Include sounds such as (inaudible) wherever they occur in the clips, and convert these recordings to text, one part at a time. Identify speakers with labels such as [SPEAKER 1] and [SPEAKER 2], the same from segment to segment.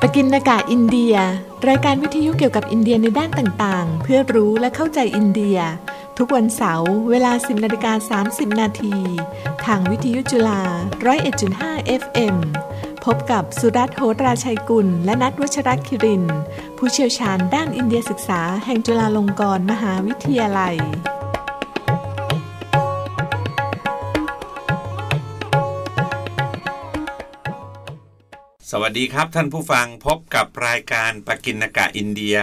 [SPEAKER 1] ปกินนากาอินเดีย รายการวิทยุเกี่ยวกับอินเดียในด้านต่างๆ เพื่อรู้และเข้าใจอินเดีย ทุกวันเสาร์เวลา 10นาฬิกา30 นาทีทางวิทยุจุฬา 101.5 FM พบกับสุรัตน์โหตราชัยกุล และนัทวชรคิริน ผู้เชี่ยวชาญด้านอินเดียศึกษาแห่งจุฬาลงกรณ์มหาวิทยาลัย
[SPEAKER 2] สวัสดีครับท่านผู้ฟังพบกับรายการปกินกะอินเดีย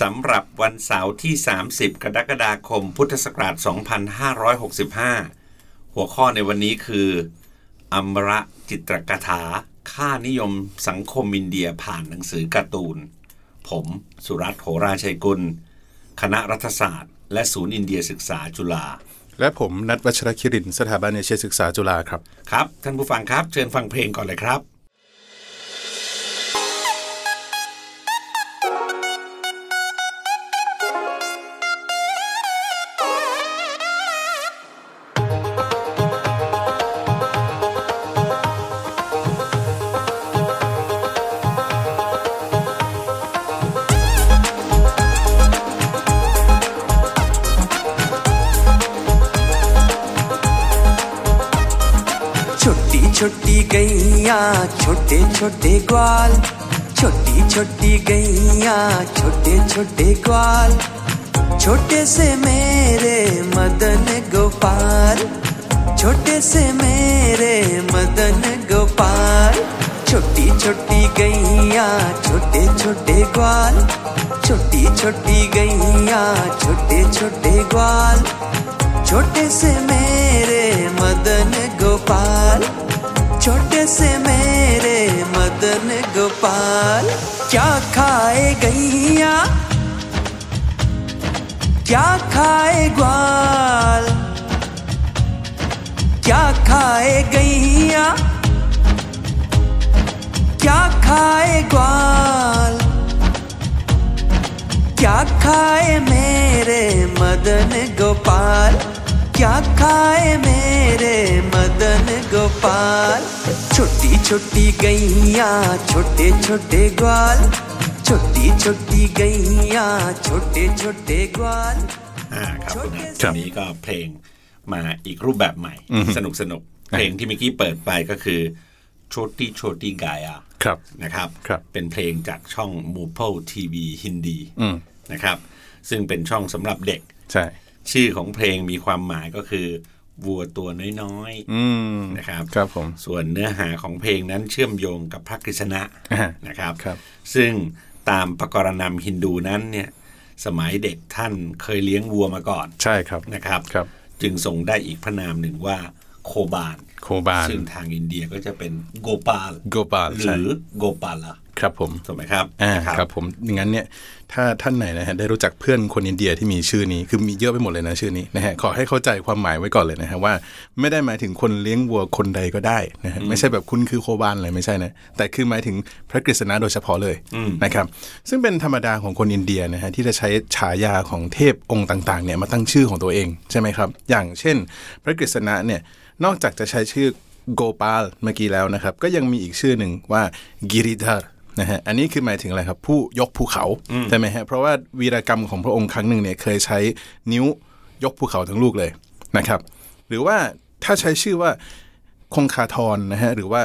[SPEAKER 2] สำหรับวันเสาร์ที่ 30 กรกฎาคม พุทธศักราช 2565 หัวข้อในวันนี้คืออมระจิตรกถา ค่านิยมสังคมอินเดียผ่านหนังสือการ์ตูน ผมสุรัตน์โหราชัยกุล คณะรัฐศาสตร์ และศูนย์อินเดียศึกษาจุฬา
[SPEAKER 3] และผมนัทวัชรคิริน สถาบันเอเชียศึกษาจุฬาครับ
[SPEAKER 2] ครับ ท่านผู้ฟังครับ เชิญฟังเพลงก่อนเลยครับ
[SPEAKER 4] छोटी छोटी गैया छोटे छोटे ग्वाल छोटी छोटी गैया छोटे छोटे ग्वाल छोटे से मेरे मदन गोपाल छोटे से मेरे मदन गोपाल छोटी छोटी गैया छोटे छोटे ग्वाल छोटी छोटी गैया छोटे छोटे ग्वाल छोटे से मेरे मदन गोपाल छोटे से मेरे मदन गोपाल क्या खाए गैया क्या खाए ग्वाल क्या खाए गैया क्या खाए ग्वाल क्या खाए मेरे मदन गोपाल क्या खाए मेरे मदन गोपाल छोटी छोटी गैया छोटे छोटे ग्वाल छोटी छोटी गैया छोटे छोटे ग्वाल
[SPEAKER 2] อ่าครับคุณอาวันนี้ก็เพลงมาอีกรูปแบบใหม่ สนุกสนุกๆเพลงที่เมื่อกี้เปิดไปก็คือโชติโชติกายา
[SPEAKER 3] ครับ
[SPEAKER 2] นะครับ
[SPEAKER 3] ครับ
[SPEAKER 2] เป็นเพลงจากช่องมูโพทีวีฮินดีนะครับ ซึ่งเป็นช่องสำหรับเด็ก
[SPEAKER 3] ใช่
[SPEAKER 2] ชื่อของเพลงมีความหมายก็คือ วัวตัวน้อยๆนะครับ
[SPEAKER 3] ครับผม
[SPEAKER 2] ส่วนเนื้อหาของเพลงนั้นเชื่อมโยงกับพระกฤษณะ
[SPEAKER 3] อ่า
[SPEAKER 2] นะครับ
[SPEAKER 3] ครับ
[SPEAKER 2] ซึ่งตามประกรณำฮินดูนั้นเนี่ยสมัยเด็กท่านเคยเลี้ยงวัวมาก่อน
[SPEAKER 3] ใช่ครับ
[SPEAKER 2] นะครับ
[SPEAKER 3] ครับ
[SPEAKER 2] จึงทรงได้อีกพระนามหนึ่งว่าโคบาล
[SPEAKER 3] โคบาล
[SPEAKER 2] ซึ่งทางอินเดียก็จะเป็นโกปาล
[SPEAKER 3] โกปาล
[SPEAKER 2] ห
[SPEAKER 3] ใช่
[SPEAKER 2] รือโกปาละ
[SPEAKER 3] ครับผม
[SPEAKER 2] ถูกไหมครับ
[SPEAKER 3] อ่า
[SPEAKER 2] นะครับ
[SPEAKER 3] ผมงั้นเนี่ยถ้าท่านไหนนะฮะได้รู้จักเพื่อนคนอินเดียที่มีชื่อนี้คือมีเยอะไปหมดเลยนะชื่อนี้นะฮะขอให้เข้าใจความหมายไว้ก่อนเลยนะฮะว่า ไม่ได้หมายถึงคนเลี้ยงวัวคนใดก็ได้นะฮะไม่ใช่แบบคุณคือโคบาลอะไรไม่ใช่นะแต่คือหมายถึงพระกฤษณะโดยเฉพาะเลยนะครับซึ่งเป็นธรรมดาของคนอินเดียนะฮะที่จะใช้ฉายาของเทพองค์ต่างๆเนี่ยมาตั้งชื่อของตัวเองใช่ไหมครับอย่างเช่น พระกฤษณะเนี่ยนอกจากจะใช้ชื่อโกปาลเมื่อกี้แล้วนะครับก็ยังมีอีกชื่อหนึ่งว่ากิริธาร นะฮะอันนี้คือหมายถึงอะไรครับ ผู้ยกภูเขาใช่ไหมฮะเพราะว่าวีรกรรมของพระองค์ครั้งหนึ่งเนี่ยเคยใช้นิ้วยกภูเขาทั้งลูกเลยนะครับ หรือว่าถ้าใช้ชื่อว่าคงคาทรนะฮะหรือว่า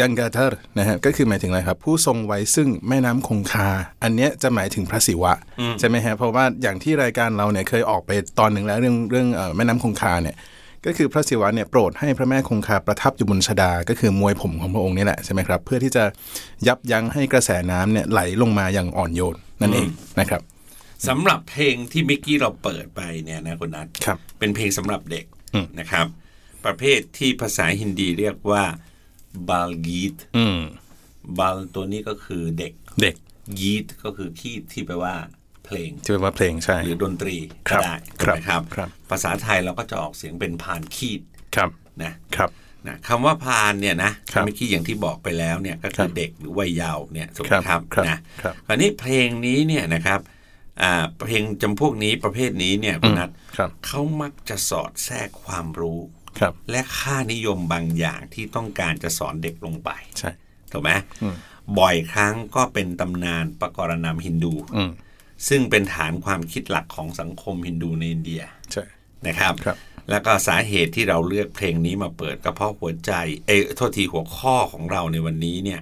[SPEAKER 3] กังกาเทอร์นะฮะก็คือหมายถึงอะไรครับ ผู้ทรงไว้ซึ่งแม่น้ำคงคา อันเนี้ยจะหมายถึงพระศิวะใช่ไหมฮะเพราะว่าอย่างที่รายการเราเนี่ยเคยออกไปตอนหนึ่งแล้วเรื่องเรื่องเอ่อแม่น้ำคงคาเนี่ย ก็คือพระศิวะเนี่ยโปรดให้พระแม่คงคาประทับอยู่บนชดา ก็คือมวยผมของพระองค์นี่แหละใช่ไหมครับ เพื่อที่จะยับยั้งให้กระแสน้ำเนี่ยไหลลงมาอย่างอ่อนโยนนั่นเองนะครับ
[SPEAKER 2] สำหรับเพลงที่เมิกกี้เราเปิดไปเนี่ยนะคุณนัท
[SPEAKER 3] ครับ
[SPEAKER 2] เป็นเพลงสำหรับเด็กนะครับ ประเภทที่ภาษาฮินดีเรียกว่าบาลกีต
[SPEAKER 3] อืม
[SPEAKER 2] บาลตัวนี้ก็คือเด็ก
[SPEAKER 3] เด็ก
[SPEAKER 2] กีตก็คือคีตที่แปลว่าเพลง
[SPEAKER 3] ที่เป็นว่าเพลงใช่
[SPEAKER 2] หรือดนตรี
[SPEAKER 3] ครั
[SPEAKER 2] ก็
[SPEAKER 3] บ
[SPEAKER 2] ได้
[SPEAKER 3] ครับ
[SPEAKER 2] นะครับ
[SPEAKER 3] ครับ
[SPEAKER 2] ภาษาไทยเราก็จะออกเสียงเป็นพานคีต
[SPEAKER 3] ครับ
[SPEAKER 2] นะ
[SPEAKER 3] ครับ
[SPEAKER 2] นะคำว่าพานเนี่ยนะครับ เมื่อกี้อย่างที่บอกไปแล้วเนี่ยก็
[SPEAKER 3] ค
[SPEAKER 2] คื
[SPEAKER 3] รั
[SPEAKER 2] อบ เด็กหรือวัยเยาว์เนี่ยถูกไหมค
[SPEAKER 3] ครั
[SPEAKER 2] รับบ
[SPEAKER 3] ครับ
[SPEAKER 2] นะครับ คราวนี้เพลงนี้เนี่ยนะครับอ่าเพลงจำพวกนี้ประเภทนี้เนี่ยคุณนัท
[SPEAKER 3] ครับ
[SPEAKER 2] เขามักจะสอดแทรกความรู้
[SPEAKER 3] ครับ
[SPEAKER 2] และค่านิยมบางอย่างที่ต้องการจะสอนเด็กลงไป
[SPEAKER 3] ใช่
[SPEAKER 2] ถูกไหม บ่อยครั้งก็เป็นตำนานประกรณำฮินดู
[SPEAKER 3] อืม
[SPEAKER 2] ซึ่งเป็นฐานความคิดหลักของสังคมฮินดูในอินเดีย
[SPEAKER 3] ใช่
[SPEAKER 2] นะครับ
[SPEAKER 3] ครับ
[SPEAKER 2] แล้วก็สาเหตุที่เราเลือกเพลงนี้มาเปิดก็เพราะหัวใจ เอยโทษทีหัวข้อของเราในวันนี้เนี่ย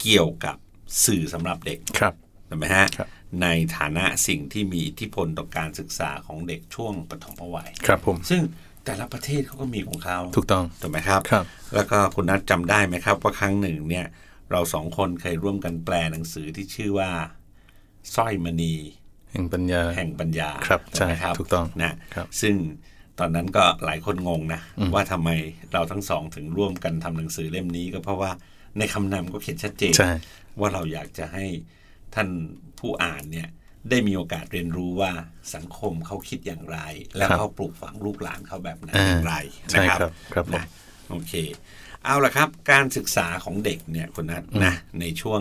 [SPEAKER 2] เกี่ยวกับสื่อสำหรับเด็ก
[SPEAKER 3] ครับ
[SPEAKER 2] ถูกไหมฮะ
[SPEAKER 3] ครับ
[SPEAKER 2] ในฐานะสิ่งที่มีอิทธิพลต่อการศึกษาของเด็กช่วงปฐมวัย
[SPEAKER 3] ครับผม
[SPEAKER 2] ซึ่งแต่ละประเทศเขาก็มีของเขา
[SPEAKER 3] ถูกต้อง
[SPEAKER 2] ถูกไหมครับ
[SPEAKER 3] ครับ
[SPEAKER 2] แล้วก็คุณนัทจำได้ไหมครับ ว่าครั้งหนึ่งเนี่ยเราสองคนเคยร่วมกันแปลหนังสือที่ชื่อว่าสร้อยมณี
[SPEAKER 3] แห่งปัญญา
[SPEAKER 2] แห่งปัญญา
[SPEAKER 3] ครับใช่
[SPEAKER 2] ไหม
[SPEAKER 3] ถูกต้อง
[SPEAKER 2] นะครับ ซึ่งตอนนั้นก็หลายคนงงนะ ว่าทำไมเราทั้งสองถึงร่วมกันทำหนังสือเล่มนี้ก็เพราะว่าในคำนำก็เขียนชัดเจน
[SPEAKER 3] ใช่
[SPEAKER 2] ว่าเราอยากจะให้ท่านผู้อ่านเนี่ยได้มีโอกาสเรียนรู้ว่าสังคมเขาคิดอย่างไร แล้วเขาปลูกฝังลูกหลานเขาแบบไหน
[SPEAKER 3] อ่า
[SPEAKER 2] อย่างไร
[SPEAKER 3] ใช่
[SPEAKER 2] นะครับ
[SPEAKER 3] ครับผม
[SPEAKER 2] นะโอเค เอาละครับการศึกษาของเด็กเนี่ยคนนั้นนะในช่วง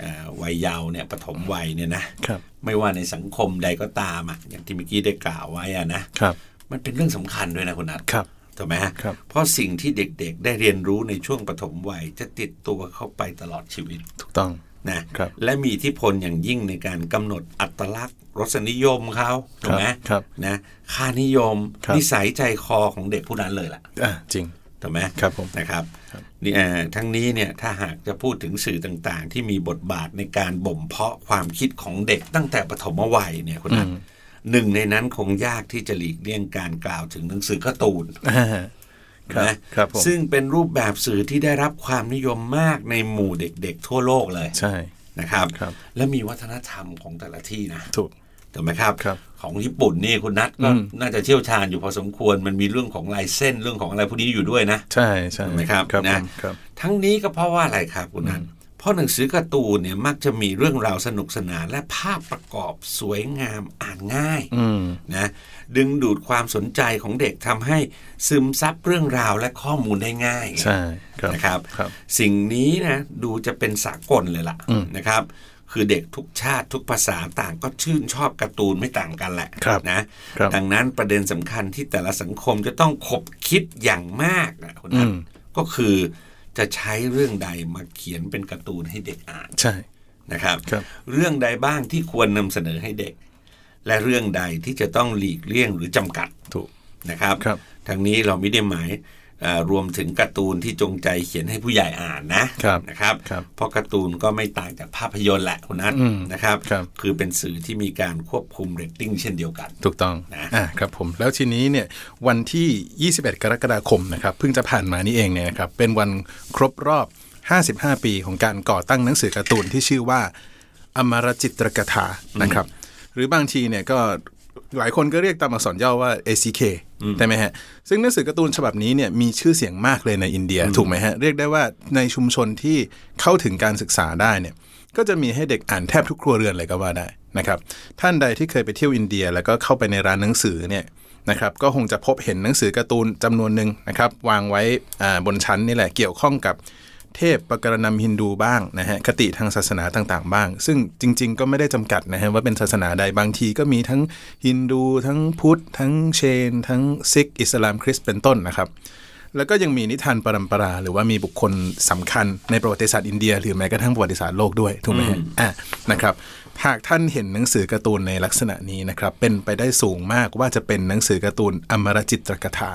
[SPEAKER 2] เอ่อวัยเยาว์เนี่ยปฐมวัยเนี่ยนะ
[SPEAKER 3] ครับ
[SPEAKER 2] ไม่ว่าในสังคมใดก็ตามอ่ะอย่างที่เมื่อกี้ได้กล่าวไว้อ่ะนะครับ มันเป็นเรื่องสำคัญด้วยนะคุณนัท
[SPEAKER 3] ครับ
[SPEAKER 2] ถูกไหมฮะ
[SPEAKER 3] ครับ
[SPEAKER 2] เพราะสิ่งที่เด็กๆ ได้เรียนรู้ในช่วงปฐมวัย จะติดตัวเข้าไปตลอดชีวิต
[SPEAKER 3] ถูกต้อง
[SPEAKER 2] นะครับ และมีอิที่พลอย่างยิ่งในการกำหนดอัตลักษณ์ รสนิยมเขาถูกไหม
[SPEAKER 3] ครับ
[SPEAKER 2] นะค่านิยม
[SPEAKER 3] ครับ
[SPEAKER 2] นิสัยใจคอของเด็กผู้นั้นเลยล่ะ
[SPEAKER 3] อ่ะจริง
[SPEAKER 2] ถูกไหม
[SPEAKER 3] ครับผม
[SPEAKER 2] นะครับนี่เอ่อทั้งนี้เนี่ยถ้าหากจะพูดถึงสื่อต่างๆ ที่มีบทบาทในการบ่มเพาะความคิดของเด็กตั้งแต่ปฐมวัยเนี่ยคุณนัทหนึ่งในนั้นคงยากที่จะหลีกเลี่ยงการกล่าวถึงหนังสือการ์ตูน
[SPEAKER 3] ครับ
[SPEAKER 2] นะครับ
[SPEAKER 3] ผม
[SPEAKER 2] ซึ่งเป็นรูปแบบสื่อที่ได้รับความนิยมมากในหมู่เด็กๆ ทั่วโลกเลย
[SPEAKER 3] (laughs) ใช่
[SPEAKER 2] นะครับ
[SPEAKER 3] ครับ
[SPEAKER 2] และมีวัฒนธรรมของแต่ละที่นะ
[SPEAKER 3] ถูก
[SPEAKER 2] ถูกไหมครับ
[SPEAKER 3] ครับ
[SPEAKER 2] ของญี่ปุ่นนี่คุณนัทก็
[SPEAKER 3] อืม
[SPEAKER 2] น่าจะเชี่ยวชาญอยู่พอสมควรมันมีเรื่องของลายเส้นเรื่องของอะไรพวกนี้อยู่ด้วยนะ
[SPEAKER 3] ใช่ใช่
[SPEAKER 2] ถูกไหมครับ
[SPEAKER 3] ครับ
[SPEAKER 2] นะ
[SPEAKER 3] ผมครับ
[SPEAKER 2] ทั้งนี้ก็เพราะว่าอะไรครับคุณนันเพราะหนังสือการ์ตูนเนี่ยมักจะมีเรื่องราวสนุกสนานและภาพประกอบสวยงามอ่านง่าย
[SPEAKER 3] อืม
[SPEAKER 2] นะดึงดูดความสนใจของเด็กทำให้ซึมซับเรื่องราวและข้อมูลได้ง่าย
[SPEAKER 3] ใช่ครับ
[SPEAKER 2] นะครับ
[SPEAKER 3] ครับ
[SPEAKER 2] สิ่งนี้นะดูจะเป็นสากลเลยล่ะนะครับ คือเด็กทุกชาติทุกภาษาต่างก็ชื่นชอบการ์ตูนไม่ต่างกันแหละ
[SPEAKER 3] ครับ
[SPEAKER 2] นะครับดังนั้นประเด็นสำคัญที่แต่ละสังคมจะต้องขบคิดอย่างมากนะคุณนัท
[SPEAKER 3] อืม
[SPEAKER 2] ก็คือจะใช้เรื่องใดมาเขียนเป็นการ์ตูนให้เด็กอ่าน
[SPEAKER 3] ใช่
[SPEAKER 2] นะครับ
[SPEAKER 3] ครับ
[SPEAKER 2] เรื่องใดบ้างที่ควรนำเสนอให้เด็ก และเรื่องใดที่จะต้องหลีกเลี่ยงหรือจำกัด
[SPEAKER 3] ถูก
[SPEAKER 2] นะครับ
[SPEAKER 3] ครับ
[SPEAKER 2] ทั้งนี้เราไม่ได้หมายเอ่อรวมถึงการ์ตูนที่จงใจเขียนให้ผู้ใหญ่อ่านนะครับ นะครับ
[SPEAKER 3] ครับ
[SPEAKER 2] เพราะการ์ตูนก็ไม่ต่างจากภาพยนตร์แหละคุณนัท
[SPEAKER 3] อืม
[SPEAKER 2] นะครับ
[SPEAKER 3] ครับ
[SPEAKER 2] คือเป็นสื่อที่มีการควบคุมเรตติ้งเช่นเดียวกัน
[SPEAKER 3] ถูกต้อง
[SPEAKER 2] นะ
[SPEAKER 3] อ่าครับผม แล้วทีนี้เนี่ยวันที่ 21 กรกฎาคมนะครับเพิ่งจะผ่านมานี่เองเนี่ยนะครับเป็นวันครบรอบ 55 ปีของการก่อตั้งหนังสือการ์ตูนที่ชื่อว่า อมรจิตรกถานะครับ หรือบางทีเนี่ยก็หลายคนก็เรียกตามอักษรย่อว่า ACK ใช่ไหมฮะ ซึ่งหนังสือการ์ตูนฉบับนี้เนี่ยมีชื่อเสียงมากเลยในอินเดียถูกไหมฮะ เรียกได้ว่าในชุมชนที่เข้าถึงการศึกษาได้เนี่ย ก็จะมีให้เด็กอ่านแทบทุกครัวเรือนเลยก็ว่าได้นะครับ ท่านใดที่เคยไปเที่ยวอินเดียแล้วก็เข้าไปในร้านหนังสือเนี่ยนะครับ ก็คงจะพบเห็นหนังสือการ์ตูนจำนวนหนึ่งนะครับวางไว้อ่าบนชั้นนี่แหละเกี่ยวข้องกับ เทพประกรณำฮินดูบ้างนะฮะคติทางศาสนาต่างๆ บ้าง ซึ่งจริง ๆ ก็ไม่ได้จำกัดนะฮะว่าเป็นศาสนาใดบางทีก็มีทั้งฮินดู ทั้งพุทธ ทั้งเชน ทั้งซิกอิสลามคริสต์เป็นต้นนะครับ แล้วก็ยังมีนิทานปรัมปรา หรือว่ามีบุคคลสำคัญในประวัติศาสตร์อินเดีย หรือแม้กระทั่งประวัติศาสตร์โลกด้วยถูกไหมฮะอ่ะนะครับหากท่านเห็นหนังสือการ์ตูนในลักษณะนี้นะครับเป็นไปได้สูงมากว่าจะเป็นหนังสือการ์ตูนอมรจิตรกถา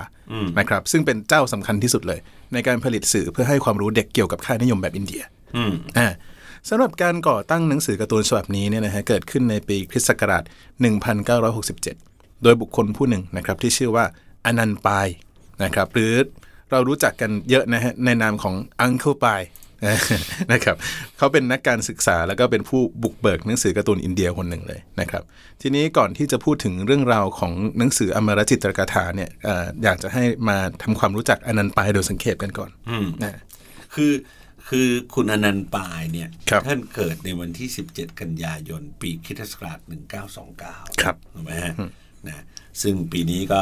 [SPEAKER 3] นะครับซึ่งเป็นเจ้าสำคัญที่สุดเลย ในการผลิตสื่อเพื่อให้ความรู้เด็กเกี่ยวกับค่านิยมแบบอินเดีย
[SPEAKER 2] อืม
[SPEAKER 3] อ่าสำหรับการก่อตั้งหนังสือการ์ตูนฉบับนี้เนี่ยนะฮะเกิดขึ้นในปีคริสต์ศักราช 1967 โดยบุคคลผู้หนึ่งนะครับที่ชื่อว่าอนันต์ปายนะครับหรือเรารู้จักกันเยอะนะฮะในนามของอังเคิลปาย (laughs) นะครับเขาเป็นนักการศึกษาแล้วก็เป็นผู้บุกเบิกหนังสือการ์ตูนอินเดียคนหนึ่งเลยนะครับทีนี้ก่อนที่จะพูดถึงเรื่องราวของหนังสืออมรจิตรกถาเนี่ยเอ่ออยากจะให้มาทำความรู้จักอนันต์ปายโดยสังเขปกันก่อนนะ
[SPEAKER 2] คือคือคุณอนันต์ปายเนี่ย
[SPEAKER 3] ครับ
[SPEAKER 2] ท่านเกิดในวันที่ 17 กันยายน ปีคริสตศักราช1929
[SPEAKER 3] ครับ
[SPEAKER 2] ถูกไหมฮะนะซึ่งปีนี้ก็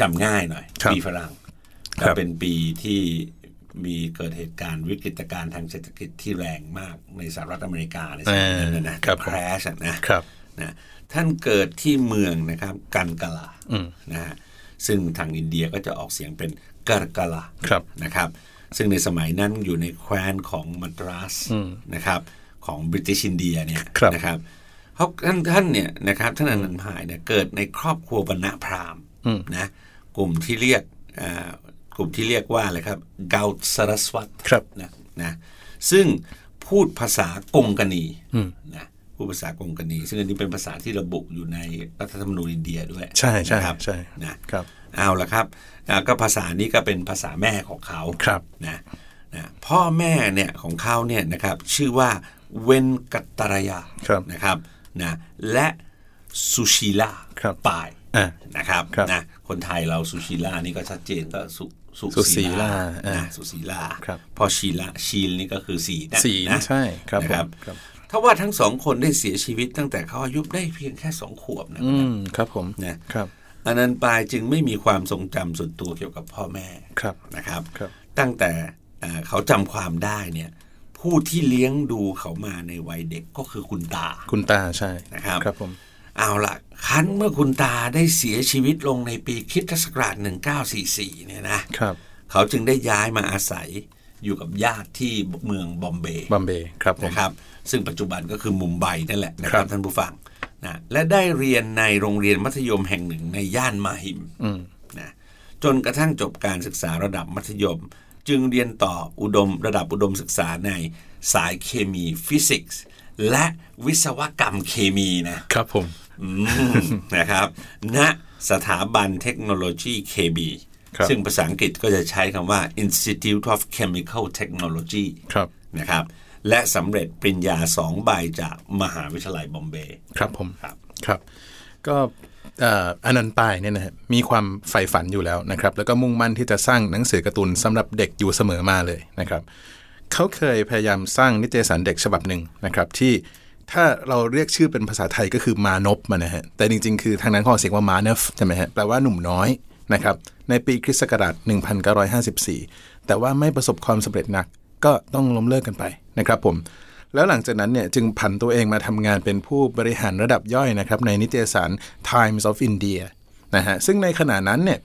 [SPEAKER 2] จำง่ายหน่อย
[SPEAKER 3] ครับ
[SPEAKER 2] ปีฝรั่ง
[SPEAKER 3] ครั
[SPEAKER 2] ก็
[SPEAKER 3] บ
[SPEAKER 2] เป็นปีที่มีเกิดเหตุการณ์วิกฤตการณ์ทางเศรษฐกิจที่แรงมากในสหรัฐอเมริกาในสมัยนั้นนะนะครับ
[SPEAKER 3] ผม
[SPEAKER 2] แครชนะครับ นะท่านเกิดที่เมืองนะครับกันกะลานะฮะซึ่งทางอินเดียก็จะออกเสียงเป็นกัลกะลา
[SPEAKER 3] ครับ
[SPEAKER 2] นะครับ ซึ่งในสมัยนั้นอยู่ในแคว้นของมัดรัสนะครับ ของบริเตนอินเดียเนี่ย
[SPEAKER 3] ครับ
[SPEAKER 2] นะครับเขาท่านท่านเนี่ยนะครับท่านอนันต์พายเนี่ยเกิดในครอบครัวบรรณพราหมณ์นะกลุ่มที่เรียกอ่ากลุ่มที่เรียกว่าอะไรครับเกาสรสวัต
[SPEAKER 3] ครับ
[SPEAKER 2] นะนะซึ่งพูดภาษากงกณีนะพูดภาษากงกณี ซึ่งอันนี้เป็นภาษาที่ระบุอยู่ในรัฐธรรมนูญอินเดียด้วย
[SPEAKER 3] ใช่ใช่
[SPEAKER 2] นะครั
[SPEAKER 3] ใช่
[SPEAKER 2] นะครับ เอาละครับอ่าก็ภาษานี้ก็เป็นภาษาแม่ของเขา
[SPEAKER 3] ครับ
[SPEAKER 2] นะนะพ่อแม่เนี่ยของเขาเนี่ยนะครับชื่อว่าเวนกัตตารยา
[SPEAKER 3] ครับ
[SPEAKER 2] นะครับนะและสุชีลา
[SPEAKER 3] ครับ
[SPEAKER 2] ปาย
[SPEAKER 3] อ่า
[SPEAKER 2] นะครับ
[SPEAKER 3] ครับ
[SPEAKER 2] นะคนไทยเราสุชีลานี่ก็ชัดเจนก็สุสุ
[SPEAKER 3] สุศีลาอ่า
[SPEAKER 2] นะ สุศีลา
[SPEAKER 3] ครับ
[SPEAKER 2] พอชีละชีลนี่ก็คือสีนะ
[SPEAKER 3] สี
[SPEAKER 2] นะ
[SPEAKER 3] ใช่ครับ
[SPEAKER 2] นะครับ
[SPEAKER 3] ผมครับ
[SPEAKER 2] ถ้าว่าทั้งสองคนได้เสียชีวิตตั้งแต่เขาอายุได้เพียงแค่สองขวบนะ
[SPEAKER 3] อืมครับผม
[SPEAKER 2] นะครับ อันนั้นปลายจึงไม่มีความทรงจำส่วนตัวเกี่ยวกับพ่อแม่
[SPEAKER 3] ครับ
[SPEAKER 2] นะครับ
[SPEAKER 3] ครับ
[SPEAKER 2] ตั้งแต่เอ่อเขาจำความได้เนี่ยผู้ที่เลี้ยงดูเขามาในวัยเด็กก็คือคุณตา
[SPEAKER 3] คุณตาใช่
[SPEAKER 2] นะครับ
[SPEAKER 3] ครับผม
[SPEAKER 2] เอาละคันเมื่อคุณตาได้เสียชีวิตลงในปีคริสตศักราช1944เนี่ยนะ
[SPEAKER 3] ครับ
[SPEAKER 2] เขาจึงได้ย้ายมาอาศัยอยู่กับญาติที่เมืองบอมเบย์
[SPEAKER 3] บัมเบย์ครับผม
[SPEAKER 2] นะครับ ซึ่งปัจจุบันก็คือมุมไบนั่นแหละนะค
[SPEAKER 3] ครั
[SPEAKER 2] รับบ ท่านผู้ฟังนะและได้เรียนในโรงเรียนมัธยมแห่งหนึ่งในย่านมาหิมนะจนกระทั่งจบการศึกษาระดับมัธยม จึงเรียนต่ออุดมระดับอุดมศึกษาในสายเคมีฟิสิกส์และวิศวกรรมเคมีนะ
[SPEAKER 3] ครับผม
[SPEAKER 2] อืมนะครับ (laughs) ณสถาบันเทคโนโลยี KB
[SPEAKER 3] ครับ
[SPEAKER 2] ซึ่งภาษาอังกฤษก็จะใช้คำว่า Institute of Chemical Technology
[SPEAKER 3] ครับ
[SPEAKER 2] นะครับ และสำเร็จปริญญาสองใบจากมหาวิทยาลัยบอมเบย์
[SPEAKER 3] ครับผม
[SPEAKER 2] ครับ
[SPEAKER 3] ครับก็เอ่ออนันต์ปายเนี่ยนะฮะมีความใฝ่ฝันอยู่แล้วนะครับ แล้วก็มุ่งมั่นที่จะสร้างหนังสือการ์ตูนสำหรับเด็กอยู่เสมอมาเลยนะครับ เขาเคยพยายามสร้างนิตยสารเด็กฉบับหนึ่งนะครับ ที่ถ้าเราเรียกชื่อเป็นภาษาไทยก็คือมานพมานะฮะแต่จริงๆ คือทางนั้นเขาออกเสียงว่ามาเนฟใช่ไหมฮะแปลว่าหนุ่มน้อยนะครับในปีคริสต์ศักราช 1954 แต่ว่าไม่ประสบความสำเร็จนักก็ต้องล้มเลิกกันไปนะครับผม แล้วหลังจากนั้นเนี่ยจึงผันตัวเองมาทำงานเป็นผู้บริหารระดับย่อยนะครับในนิตยสาร Times of India นะฮะซึ่งในขณะนั้นเนี่ย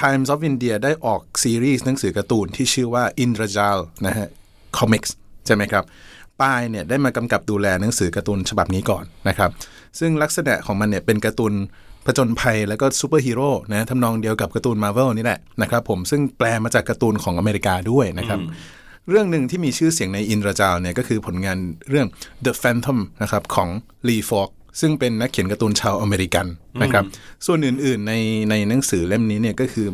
[SPEAKER 3] Times of India ได้ออกซีรีส์หนังสือการ์ตูนที่ชื่อว่า Indrajal นะฮะ Comics ใช่ไหมครับปายเนี่ยได้มากำกับดูแลหนังสือการ์ตูนฉบับนี้ก่อนนะครับ ซึ่งลักษณะของมันเนี่ยเป็นการ์ตูนผจญภัยแล้วก็ซูเปอร์ฮีโร่นะทำนองเดียวกับการ์ตูนมาร์เวลนี่แหละนะครับผมซึ่งแปลมาจากการ์ตูนของอเมริกาด้วยนะครับ เรื่องหนึ่งที่มีชื่อเสียงในอินราจาวเนี่ยก็คือผลงานเรื่อง The Phantom นะครับของ Lee Falk ซึ่งเป็นนักเขียนการ์ตูนชาวอเมริกันนะครับส่วนอื่นๆในในหนังสือเล่มนี้เนี่ยก็คือ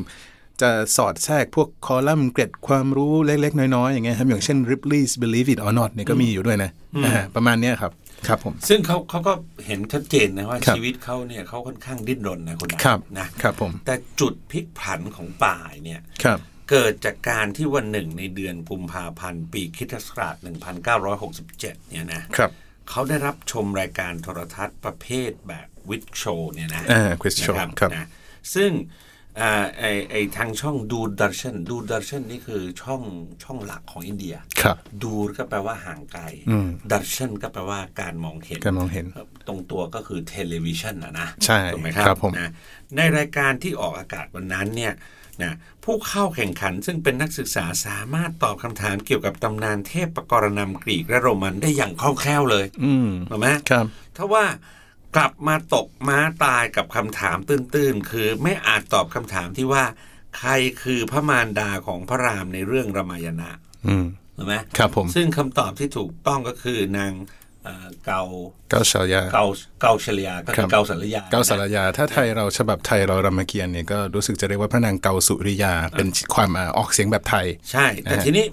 [SPEAKER 3] จะสอดแทรกพวกคอลัมน์เกร็ดความรู้เล็ก ๆ น้อย ๆ อย่างเงี้ยครับอย่างเช่น Ripley's Believe It or Not เนี่ยก็มีอยู่ด้วยนะอ่าประมาณเนี้ยครับครับผม
[SPEAKER 2] ซึ่งเขาเขาก็เห็นชัดเจนนะว่า
[SPEAKER 3] ครับ
[SPEAKER 2] ชีวิตเขาเนี่ยเขาค่อนข้างดิ้นรนนะคนนั้น
[SPEAKER 3] ครับ
[SPEAKER 2] นะครับ
[SPEAKER 3] ผม
[SPEAKER 2] แต่จุดพลิกผันของป่ายเนี่ย
[SPEAKER 3] ครับ
[SPEAKER 2] เกิดจากการที่วันหนึ่งในเดือนกุมภาพันธ์ ปีคริสตศักราช 1967 เนี่ยนะครับ เขาได้รับชมรายการโทรทัศน์ประเภทแบบวิดโชว์เนี่ยนะ
[SPEAKER 3] อ่า quiz show
[SPEAKER 2] นะครับ นะซึ่งอ่าไอไอทางช่องดูดัชชันดูดัชชันนี่คือช่องช่องหลักของอินเดีย
[SPEAKER 3] ครับ
[SPEAKER 2] ดูก็แปลว่าห่างไกลดัชชันก็แปลว่าการมองเห็น
[SPEAKER 3] การมองเห็น
[SPEAKER 2] ตรงตัวก็คือเทเลวิชันนะนะ
[SPEAKER 3] ใช่
[SPEAKER 2] ถูกไหมครับ
[SPEAKER 3] ครับผม
[SPEAKER 2] นะในรายการที่ออกอากาศวันนั้นเนี่ยนะผู้เข้าแข่งขันซึ่งเป็นนักศึกษาสามารถตอบคำถามเกี่ยวกับตำนานเทพประกรณำกรีกและโรมันได้อย่างคล่องแคล่วเลย
[SPEAKER 3] อืม
[SPEAKER 2] ถูกไหม
[SPEAKER 3] ครับ
[SPEAKER 2] ถ้าว่ากลับมาตกม้าตายกับคำถามตื้นๆ คือไม่อาจตอบคำถามที่ว่า ใครคือพระมารดาของพระรามในเรื่องรามายณะ
[SPEAKER 3] อืม
[SPEAKER 2] ถูกไหม
[SPEAKER 3] ครับผม
[SPEAKER 2] ซึ่งคำตอบที่ถูกต้องก็คือนางเอ่อเกา
[SPEAKER 3] ก้าวชายา
[SPEAKER 2] เกาเกาเฉลียก็
[SPEAKER 3] ค
[SPEAKER 2] คื
[SPEAKER 3] รั
[SPEAKER 2] อบ เกาสารยา
[SPEAKER 3] เกาสารยา ถ้าไทยเราฉบับไทยเรารามเกียรติเนี่ยก็รู้สึกจะเรียกว่าพระนางเกาสุริยา เป็นความอ่าออกเสียงแบบไทย
[SPEAKER 2] ใช่ แต่ทีนี้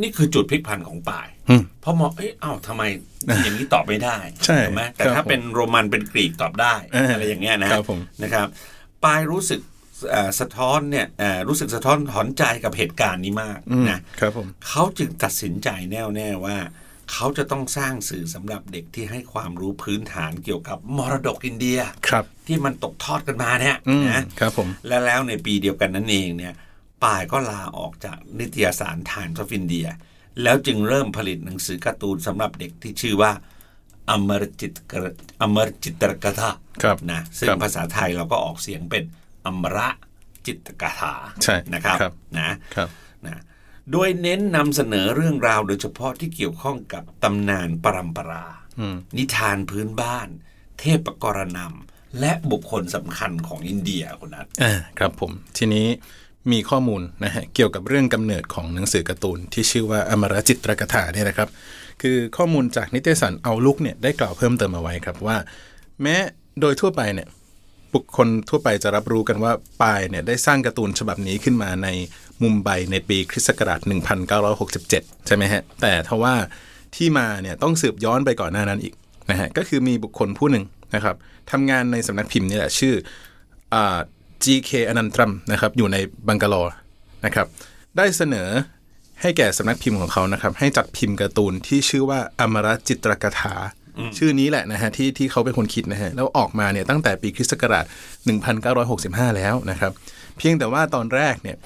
[SPEAKER 2] นี่คือจุดพลิกผันของป่าย
[SPEAKER 3] อืม
[SPEAKER 2] เพราะมองเอ้ยอ้าวทำไม
[SPEAKER 3] (laughs)
[SPEAKER 2] อย่างนี้ตอบไม่ได้
[SPEAKER 3] ใช่
[SPEAKER 2] ถูกไหม
[SPEAKER 3] ครับ
[SPEAKER 2] แต่ถ้าเป็นโรมันเป็นกรีกตอบ
[SPEAKER 3] (laughs)
[SPEAKER 2] ได้
[SPEAKER 3] เอออ
[SPEAKER 2] อะไรอย่างเงี้ยนะครับ
[SPEAKER 3] ผม
[SPEAKER 2] นะครับปายรู้สึกเอ่อสะท้อนเนี่ยเอ่อรู้สึกสะท้อนถอนใจกับเหตุการณ์นี้มากนะ
[SPEAKER 3] ครับผม
[SPEAKER 2] เขาจึงตัดสินใจแน่วแน่ว่า เขาจะต้องสร้างสื่อสำหรับเด็กที่ให้ความรู้พื้นฐานเกี่ยวกับมรดกอินเดีย
[SPEAKER 3] ครับ
[SPEAKER 2] ที่มันตกทอดกันมาเนี่ย
[SPEAKER 3] อืม
[SPEAKER 2] นะ
[SPEAKER 3] ครับผม
[SPEAKER 2] และแล้วในปีเดียวกันนั่นเองเนี่ยป่ายก็ลาออกจากนิตยสารไทม์ออฟอินเดีย แล้วจึงเริ่มผลิตหนังสือการ์ตูนสำหรับเด็กที่ชื่อว่า อมรจิตกระอมรจิตรกถา
[SPEAKER 3] ครับ
[SPEAKER 2] นะซึ่ง
[SPEAKER 3] ครับ
[SPEAKER 2] ภาษาไทยเราก็ออกเสียงเป็นอมรจิตรกถา
[SPEAKER 3] ใช่
[SPEAKER 2] นะครับ
[SPEAKER 3] ครับ
[SPEAKER 2] นะครับ นะ โดยเน้นนำเสนอเรื่องราวโดยเฉพาะที่เกี่ยวข้องกับตำนานปรัมปรา
[SPEAKER 3] อืม
[SPEAKER 2] นิทานพื้นบ้าน เทพกรนำและบุคคลสำคัญของอินเดียคุณนัท
[SPEAKER 3] อ่าครับผมทีนี้มีข้อมูลนะฮะเกี่ยวกับเรื่องกำเนิดของหนังสือการ์ตูนที่ชื่อว่าอมรจิตรกถาเนี่ยนะครับ คือข้อมูลจากนิตยสารเอาลุกเนี่ยได้กล่าวเพิ่มเติมเอาไว้ครับว่า แม้โดยทั่วไปเนี่ยบุคคลทั่วไปจะรับรู้กันว่าปายเนี่ยได้สร้างการ์ตูนฉบับนี้ขึ้นมาในมุมไบในปีคริสต์ศักราช 1967 ใช่ไหมฮะแต่ทว่าที่มาเนี่ยต้องสืบย้อนไปก่อนหน้านั้นอีกนะฮะก็คือมีบุคคลผู้หนึ่งนะครับทำงานในสำนักพิมพ์นี่แหละชื่อ อ่า GK อนันตรัมนะครับอยู่ในบังกะโลนะครับได้เสนอให้แก่สำนักพิมพ์ของเขานะครับให้จัดพิมพ์การ์ตูนที่ชื่อว่าอมรจิตรกถา ชื่อนี้แหละนะฮะที่ที่เขาเป็นคนคิดนะฮะแล้วออกมาเนี่ยตั้งแต่ปีคริสต์ศักราช 1965 แล้วนะครับเพียงแต่ว่าตอนแรกเนี่ย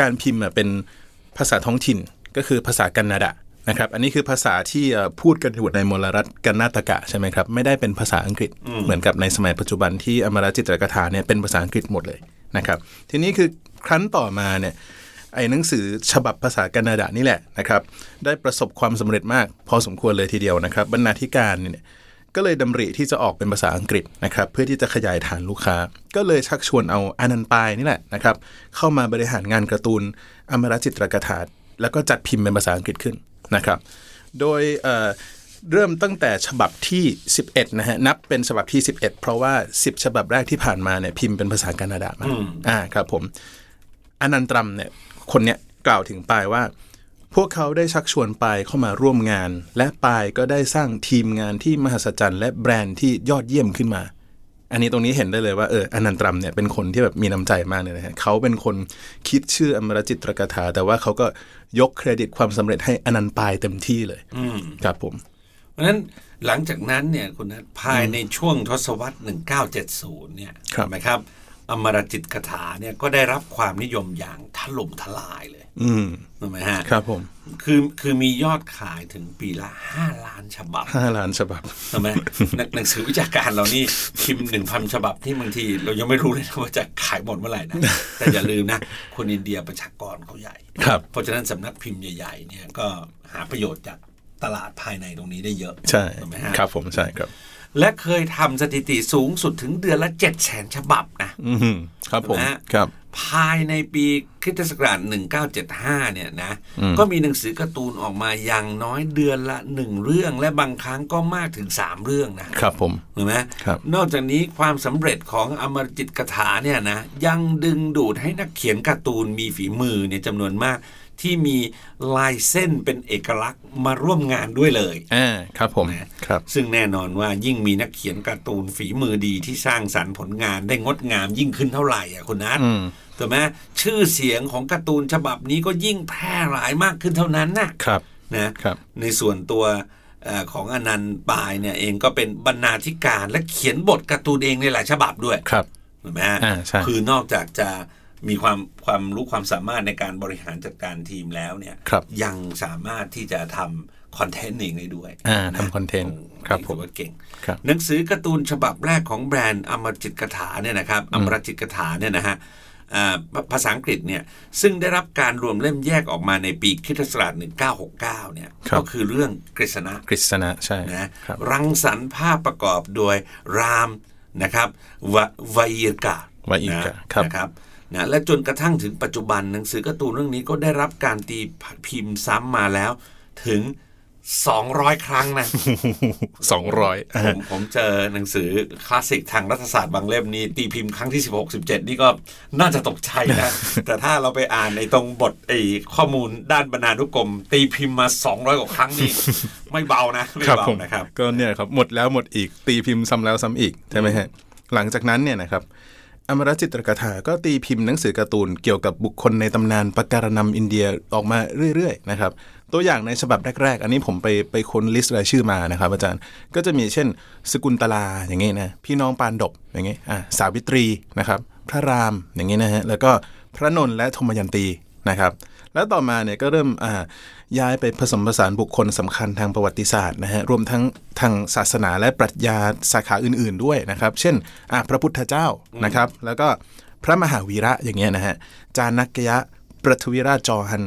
[SPEAKER 3] การพิมพ์อะเป็นภาษาท้องถิ่นก็คือภาษากันนาดะนะครับอันนี้คือภาษาที่เอ่อพูดกันอยู่ในมลรัฐกันนาตกะใช่ไหมครับไม่ได้เป็นภาษาอังกฤษเหมือนกับในสมัยปัจจุบันที่อมรจิตรกถาเนี่ยเป็นภาษาอังกฤษหมดเลยนะครับทีนี้คือครั้นต่อมาเนี่ยไอ้หนังสือฉบับภาษากันนาดะนี่แหละนะครับได้ประสบความสำเร็จมากพอสมควรเลยทีเดียวนะครับบรรณาธิการเนี่ย ก็เลยดำริที่จะออกเป็นภาษาอังกฤษนะครับเพื่อที่จะขยายฐานลูกค้า ก็เลยชักชวนเอาอานันต์ปายนี่แหละนะครับเข้ามาบริหารงานการ์ตูนอมรจิตรกถาแล้วก็จัดพิมพ์เป็นภาษาอังกฤษขึ้นนะครับ โดยเอ่อเริ่มตั้งแต่ฉบับที่ 11นะฮะนับเป็นฉบับที่ 11 เพราะว่า 10 ฉบับแรกที่ผ่านมาเนี่ยพิมพ์เป็นภาษาแคนาดามาอ่าครับผม อนันตรัมเนี่ยคนเนี้ยกล่าวถึงปายว่า พวกเขาได้ชักชวนปายเข้ามาร่วมงาน และปายก็ได้สร้างทีมงานที่มหัศจรรย์และแบรนด์ที่ยอดเยี่ยมขึ้นมา อันนี้ตรงนี้เห็นได้เลยว่าเอออนันตรัมเนี่ยเป็นคนที่แบบมีน้ำใจมากเลยนะฮะเขาเป็นคนคิดชื่ออมรจิตรกถา แต่ว่าเขาก็ยกเครดิตความสำเร็จให้อนันต์ปายเต็มที่เลยครับผม
[SPEAKER 2] เพราะฉะนั้นหลังจากนั้นเนี่ยคุณนัทภายในช่วงทศวรรษ 1970 เนี่ย
[SPEAKER 3] ครับ
[SPEAKER 2] เห็นไหมครับ อมรจิตรกถาเนี่ยก็ได้รับความนิยมอย่างถล่มทลายเลย
[SPEAKER 3] อืม
[SPEAKER 2] เห็นไหมฮะ
[SPEAKER 3] ครับผม
[SPEAKER 2] คือคือมียอดขายถึงปีละ 5 ล้านฉบับ
[SPEAKER 3] ห้าล้านฉบับ
[SPEAKER 2] ทำไมหนังหนังสือวิชาการเรานี่พิมพ์หนึ่งพันฉบับที่บางที เรายังไม่รู้เลยนะว่าจะขายหมดเมื่อไห
[SPEAKER 3] (laughs)
[SPEAKER 2] ร่นะ แต่อย่าลืมนะ คนอินเดียประชากรเขาใหญ่
[SPEAKER 3] ครับ
[SPEAKER 2] เพราะฉะนั้นสำนักพิมพ์ใหญ่ๆเนี่ยก็หาประโยชน์จากตลาดภายในตรงนี้ได้เยอะ
[SPEAKER 3] ใช่
[SPEAKER 2] ถูกไหมฮะ
[SPEAKER 3] ครับผมใช่ครับ
[SPEAKER 2] และเคยทำสถิติสูงสุดถึงเดือนละเจ็ดแสนฉบับนะ
[SPEAKER 3] อืมครับผม
[SPEAKER 2] นะฮะ
[SPEAKER 3] ครับ
[SPEAKER 2] ภายในปีคริสตศักราช 1975 เนี่ยนะ ก็มีหนังสือการ์ตูนออกมาอย่างน้อยเดือนละหนึ่งเรื่อง และบางครั้งก็มากถึงสามเรื่องนะ
[SPEAKER 3] ครับผม
[SPEAKER 2] เห็นไหม
[SPEAKER 3] ครับ
[SPEAKER 2] นอกจากนี้ความสำเร็จของอมรจิตกถาเนี่ยนะยังดึงดูดให้นักเขียนการ์ตูนมีฝีมือเนี่ยจำนวนมาก ที่มีลายเส้นเป็นเอกลักษณ์มาร่วมงานด้วยเลย
[SPEAKER 3] อ่าครับผม
[SPEAKER 2] นะ
[SPEAKER 3] ครับ
[SPEAKER 2] ซึ่งแน่นอนว่ายิ่งมีนักเขียนการ์ตูนฝีมือดีที่สร้างสรรค์ผลงานได้งดงามยิ่งขึ้นเท่าไหร่อ่ะคุณนัท
[SPEAKER 3] อืม
[SPEAKER 2] ถูกไหมชื่อเสียงของการ์ตูนฉบับนี้ก็ยิ่งแพร่หลายมากขึ้นเท่านั้นน่ะ
[SPEAKER 3] ครับ
[SPEAKER 2] นะครับ ในส่วนตัวเอ่อของอนันต์ปายเนี่ยเองก็เป็นบรรณาธิการและเขียนบทการ์ตูนเองในหลายฉบับด้วย
[SPEAKER 3] ครับ
[SPEAKER 2] ถูกไหมฮะ
[SPEAKER 3] อ่าใช่
[SPEAKER 2] คือนอกจากจะมีความความรู้ความสามารถในการบริหารจัดการทีมแล้วเนี่ย
[SPEAKER 3] ครับ
[SPEAKER 2] ยังสามารถที่จะทำคอนเทนต์เองได้ด้วย
[SPEAKER 3] อ่าทำคอนเทนต์
[SPEAKER 2] โอ้
[SPEAKER 3] ครับผ
[SPEAKER 2] ถื
[SPEAKER 3] ม
[SPEAKER 2] อว่าเก่ง
[SPEAKER 3] ครับ
[SPEAKER 2] หนังสือการ์ตูนฉบับแรกของแบรนด์อมรจิตกถาเนี่ยนะครับอมรจิตกถาเนี่ยนะฮะอ่าภาภาษาอังกฤษเนี่ยซึ่งได้รับการรวมเล่มแยกออกมาในปีคริสตศักราช1969 เนี่ย
[SPEAKER 3] ครับ
[SPEAKER 2] ก็คือเรื่องกฤษณะ
[SPEAKER 3] กฤษณะใช่
[SPEAKER 2] นะครับ รังสรรค์ภาพประกอบโดยรามนะครับวะวัยกา
[SPEAKER 3] วาอีกะ
[SPEAKER 2] นะครับ นะครับนะและจนกระทั่งถึงปัจจุบันหนังสือการ์ตูนเรื่องนี้ก็ได้รับการตีพิมพ์ซ้ำมาแล้วถึง 200 ครั้งนะ
[SPEAKER 3] (laughs) สองร้อย
[SPEAKER 2] ผมผมเจอหนังสือคลาสสิกทางรัฐศาสตร์บางเล่มนี้ตีพิมพ์ครั้งที่ 16 17 นี่ก็น่าจะตกใจนะ (laughs) แต่ถ้าเราไปอ่านในตรงบทไอ้ข้อมูลด้านบรรณานุกรม ตีพิมพ์มา 200 กว่าครั้ง (laughs) นี่ ไม่เบานะไม่
[SPEAKER 3] ครับ
[SPEAKER 2] เบา
[SPEAKER 3] ผม
[SPEAKER 2] นะครับ
[SPEAKER 3] ก็เนี่ยครับ หมดแล้วหมดอีกตีพิมพ์ซ้ำแล้วซ้ำอีก ใช่ไหมฮะ หลังจากนั้นเนี่ยนะครับอมรจิตรกถาก็ตีพิมพ์หนังสือการ์ตูนเกี่ยวกับบุคคลในตำนานปะการนำอินเดียออกมาเรื่อยๆนะครับตัวอย่างในฉบับแรก ๆ อันนี้ผมไปไปค้นลิสต์รายชื่อมานะครับ อาจารย์ก็จะมีเช่น สกุลตลาอย่างงี้นะพี่น้องปานดบอย่างงี้อ่ะสาวิตรีนะครับ พระรามอย่างงี้นะฮะแล้วก็พระนนท์และธมยันตีนะครับ แล้วต่อมาเนี่ยก็เริ่มอ่าย้ายไปผสมผสานบุคคลสำคัญทางประวัติศาสตร์นะฮะรวมทั้งทางศาสนาและปรัชญาสาขาอื่น ๆ ด้วยนะครับ เช่นอ่ะพระพุทธเจ้านะครับ แล้วก็พระมหาวีระอย่างเงี้ยนะฮะจานักยะปรทวิราชจอหัน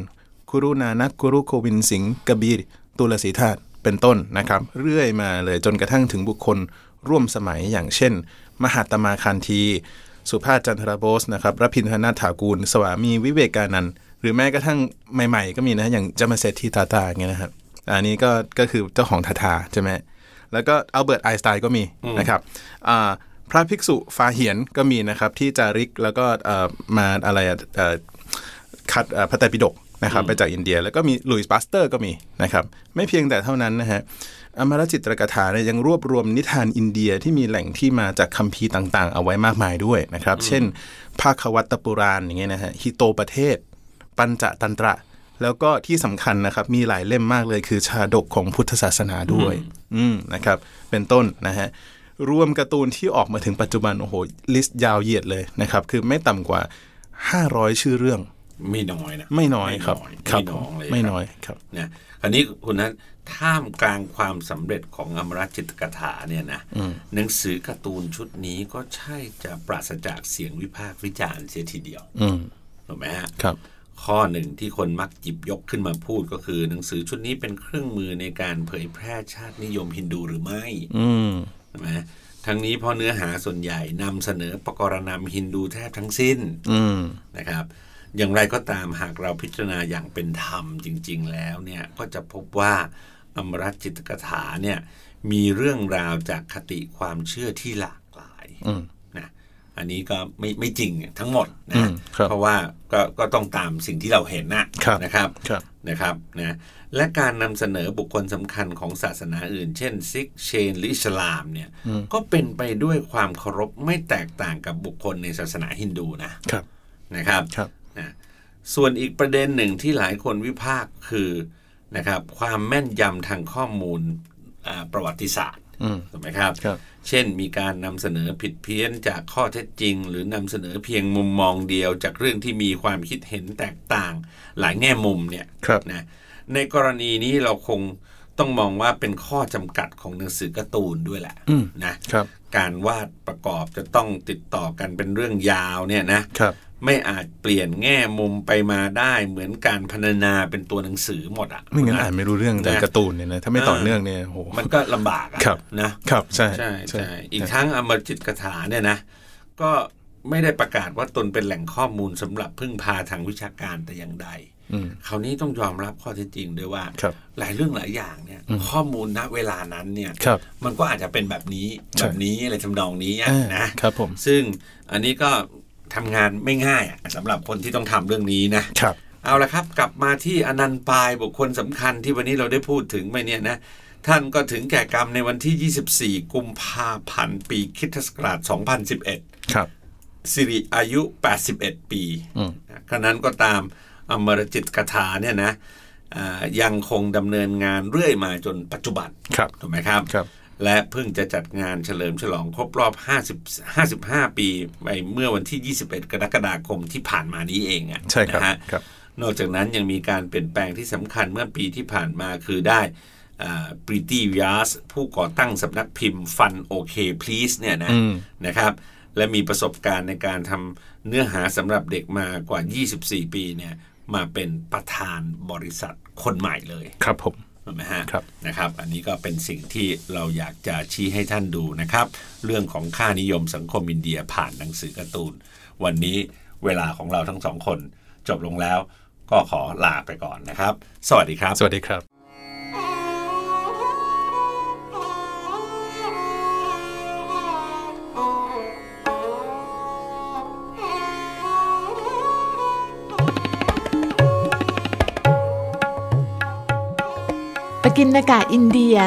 [SPEAKER 3] คุ คุรุนานักคุรุโควินสิงห์กบีรตุลสีธาตุเป็นต้นนะครับ เรื่อยมาเลยจนกระทั่งถึงบุคคลร่วมสมัยอย่างเช่น มหาตมาคานทีสุภาพจันทรโบสนะครับรพินทนาถากูล สวามีวิเวกานันท์หรือแม้กระทั่งใหม่ๆ ก็มีนะอย่างจามเซทีตาตาอย่างเงี้ยนะครับอันนี้ก็ก็คือเจ้าของทาทาใช่ไหม แล้วก็อัลเบิร์ตไอน์สไตน์ก็มีนะครับอ่าพระภิกษุฟาเหียนก็มีนะครับ ที่จาริกแล้วก็เอ่อมาอะไรอ่ะเอ่อคัดเอ่อพระไตรปิฎกนะครับไปจากอินเดีย แล้วก็มีหลุยส์บัสเตอร์ก็มีนะครับ ไม่เพียงแต่เท่านั้นนะฮะอมรจิตรกถาเนี่ยยังรวบรวมนิทานอินเดียที่มีแหล่งที่มาจากคัมภีร์ต่างๆ เอาไว้มากมายด้วยนะครับ เช่นภาควัตตปุราณอย่างเงี้ยนะฮะฮิโตประเทศ ปัญจตันตระ แล้วก็ที่สำคัญนะครับ มีหลายเล่มมากเลยคือชาดกของพุทธศาสนาด้วย อืมนะครับ เป็นต้นนะฮะรวมการ์ตูนที่ออกมาถึงปัจจุบัน โอ้โห ลิสต์ยาวเหยียดเลยนะครับ คือไม่ต่ำกว่า 500 ชื่อเรื่อง
[SPEAKER 2] ไม่น้อยนะ
[SPEAKER 3] ไม่น้อยครับครั
[SPEAKER 2] ไม่
[SPEAKER 3] บ
[SPEAKER 2] น้อยเลย
[SPEAKER 3] ไม่
[SPEAKER 2] ครับ
[SPEAKER 3] น้อยครับ
[SPEAKER 2] นะคราวนี้คุณนั้นท่ามกลางความสำเร็จของอมรจิตรกถาเนี่ยนะหนังสือการ์ตูนชุดนี้ก็ใช่จะปราศจากเสียงวิพากษ์วิจารณ์เสียทีเดียว
[SPEAKER 3] อืม
[SPEAKER 2] ถูกไหมฮะ
[SPEAKER 3] ครับ
[SPEAKER 2] ข้อหนึ่งที่คนมักหยิบยกขึ้นมาพูดก็คือ หนังสือชุดนี้เป็นเครื่องมือในการเผยแพร่ชาตินิยมฮินดูหรือไม่
[SPEAKER 3] อืม
[SPEAKER 2] ใช่ไหมทั้งนี้เพราะเนื้อหาส่วนใหญ่นำเสนอปกรณำฮินดูแทบทั้งสิ้น
[SPEAKER 3] อืม
[SPEAKER 2] นะครับ อย่างไรก็ตามหากเราพิจารณาอย่างเป็นธรรมจริง ๆ แล้วเนี่ยก็จะพบว่าอมรจิตรกถาเนี่ยมีเรื่องราวจากคติความเชื่อที่หลากหลาย
[SPEAKER 3] อืม
[SPEAKER 2] นะอันนี้ก็ไม่ไม่จริงทั้งหมด
[SPEAKER 3] อื
[SPEAKER 2] นะ
[SPEAKER 3] มครับ
[SPEAKER 2] เพราะว่าก็ก็ต้องตามสิ่งที่เราเห็นนะครับ นะครับ
[SPEAKER 3] ครับ
[SPEAKER 2] นะครับนะและการนำเสนอบุคคลสำคัญของศาสนาอื่น เช่นซิกเชนหรืออิสลามเนี่ยก็เป็นไปด้วยความเคารพไม่แตกต่างกับบุคคลในศาสนาฮินดูนะครับ นะครับ
[SPEAKER 3] ครับ
[SPEAKER 2] นะส่วนอีกประเด็นหนึ่งที่หลายคนวิพากษ์คือนะครับความแม่นยำทางข้อมูลอ่าประวัติศาสตร์
[SPEAKER 3] อืม
[SPEAKER 2] ถูกไหมครับ
[SPEAKER 3] ครับ
[SPEAKER 2] เช่นมีการนำเสนอผิดเพี้ยนจากข้อเท็จจริง หรือนำเสนอเพียงมุมมองเดียว จากเรื่องที่มีความคิดเห็นแตกต่าง หลายแง่มุมเนี่ย
[SPEAKER 3] ครับ
[SPEAKER 2] นะในกรณีนี้เราคงต้องมองว่าเป็นข้อจำกัดของหนังสือการ์ตูนด้วยแหละ
[SPEAKER 3] อืม
[SPEAKER 2] นะครับ การวาดประกอบจะต้องติดต่อกันเป็นเรื่องยาวเนี่ยนะครับ ไม่อาจเปลี่ยนแง่มุมไปมาได้เหมือนการพรรณนาเป็นตัวหนังสือหมดอ่ะ
[SPEAKER 3] ไม่งั้น
[SPEAKER 2] นะ
[SPEAKER 3] อ่านไม่รู้เรื่องแต่
[SPEAKER 2] นะ
[SPEAKER 3] การ์ตูนเนี่ยนะ ถ้าไม่ต่อเนื่องเนี่ยโอ้โห
[SPEAKER 2] มันก็ลำบากอะ
[SPEAKER 3] ครับ
[SPEAKER 2] นะ
[SPEAKER 3] ครับ ใช่
[SPEAKER 2] ใช่ใช่อีกทั้งอมรจิตกถาเนี่ยนะ ก็ไม่ได้ประกาศว่าตนเป็นแหล่งข้อมูลสำหรับพึ่งพาทางวิชาการแต่อย่างใด
[SPEAKER 3] อืม
[SPEAKER 2] คราวนี้ต้องยอมรับข้อเท็จจริงด้วยว่า
[SPEAKER 3] ครับ
[SPEAKER 2] หลายเรื่องหลายอย่างเนี่ย ข้อมูลณเวลานั้นเนี่ย
[SPEAKER 3] ครับ
[SPEAKER 2] มันก็อาจจะเป็นแบบนี้
[SPEAKER 3] ใช่
[SPEAKER 2] แบบนี้อะไรทำนองนี้อะ
[SPEAKER 3] อ่า
[SPEAKER 2] นะ
[SPEAKER 3] ครับผม
[SPEAKER 2] ซึ่งอันนี้ก็ทำงานไม่ง่ายอะสำหรับคนที่ต้องทำเรื่องนี้นะ
[SPEAKER 3] ครับ
[SPEAKER 2] เอาละครับ กลับมาที่อนันต์ปายบุคคลสำคัญที่วันนี้เราได้พูดถึงไปเนี่ยนะ ท่านก็ถึงแก่กรรมในวันที่ 24 กุมภาพันธ์ปีคริสตศักราช 2011
[SPEAKER 3] ครับ
[SPEAKER 2] สิริอายุ 81 ปี
[SPEAKER 3] อืม
[SPEAKER 2] นะขณะนั้นก็ตามอมรจิตกถาเนี่ยนะอ่ายังคงดำเนินงานเรื่อยมาจนปัจจุบัน
[SPEAKER 3] ครับ
[SPEAKER 2] ถูกไหมครับ
[SPEAKER 3] ครับ
[SPEAKER 2] และเพิ่งจะจัดงานเฉลิมฉลองครบรอบ 50 55 ปีไปเมื่อวันที่ 21 กรกฎาคมที่ผ่านมานี้เองอะ
[SPEAKER 3] ใช่ครับ
[SPEAKER 2] นะฮะ
[SPEAKER 3] ครับ
[SPEAKER 2] นอกจากนั้นยังมีการเปลี่ยนแปลงที่สำคัญเมื่อปีที่ผ่านมาคือได้ปริตี้วิสผู้ก่อตั้งสำนักพิมพ์ฟันโอเคพลีสเนี่ยนะ
[SPEAKER 3] อืม
[SPEAKER 2] นะครับ และมีประสบการณ์ในการทำเนื้อหาสำหรับเด็กมากว่า 24 ปีเนี่ยมาเป็นประธานบริษัทคนใหม่เลย
[SPEAKER 3] ครับผม
[SPEAKER 2] ถูกไหมฮะ
[SPEAKER 3] ครับ
[SPEAKER 2] นะครับ อันนี้ก็เป็นสิ่งที่เราอยากจะชี้ให้ท่านดูนะครับ เรื่องของค่านิยมสังคมอินเดียผ่านหนังสือการ์ตูน วันนี้เวลาของเราทั้งสองคนจบลงแล้วก็ขอลาไปก่อนนะครับ สวัสดีครับ
[SPEAKER 3] สวัสดีครับ
[SPEAKER 1] ปกินนากาอินเดีย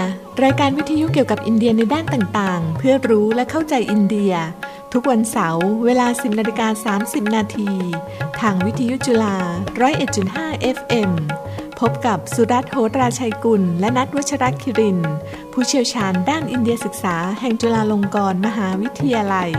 [SPEAKER 1] รายการวิทยุเกี่ยวกับอินเดียในด้านต่างๆ เพื่อรู้และเข้าใจอินเดีย ทุกวันเสาร์เวลา 10นาฬิกา30 นาที ทางวิทยุจุฬา 101.5 FM พบกับสุรัตน์โหตราชัยกุล และนัทวัชรคิริน ผู้เชี่ยวชาญด้านอินเดียศึกษาแห่งจุฬาลงกรณ์มหาวิทยาลัย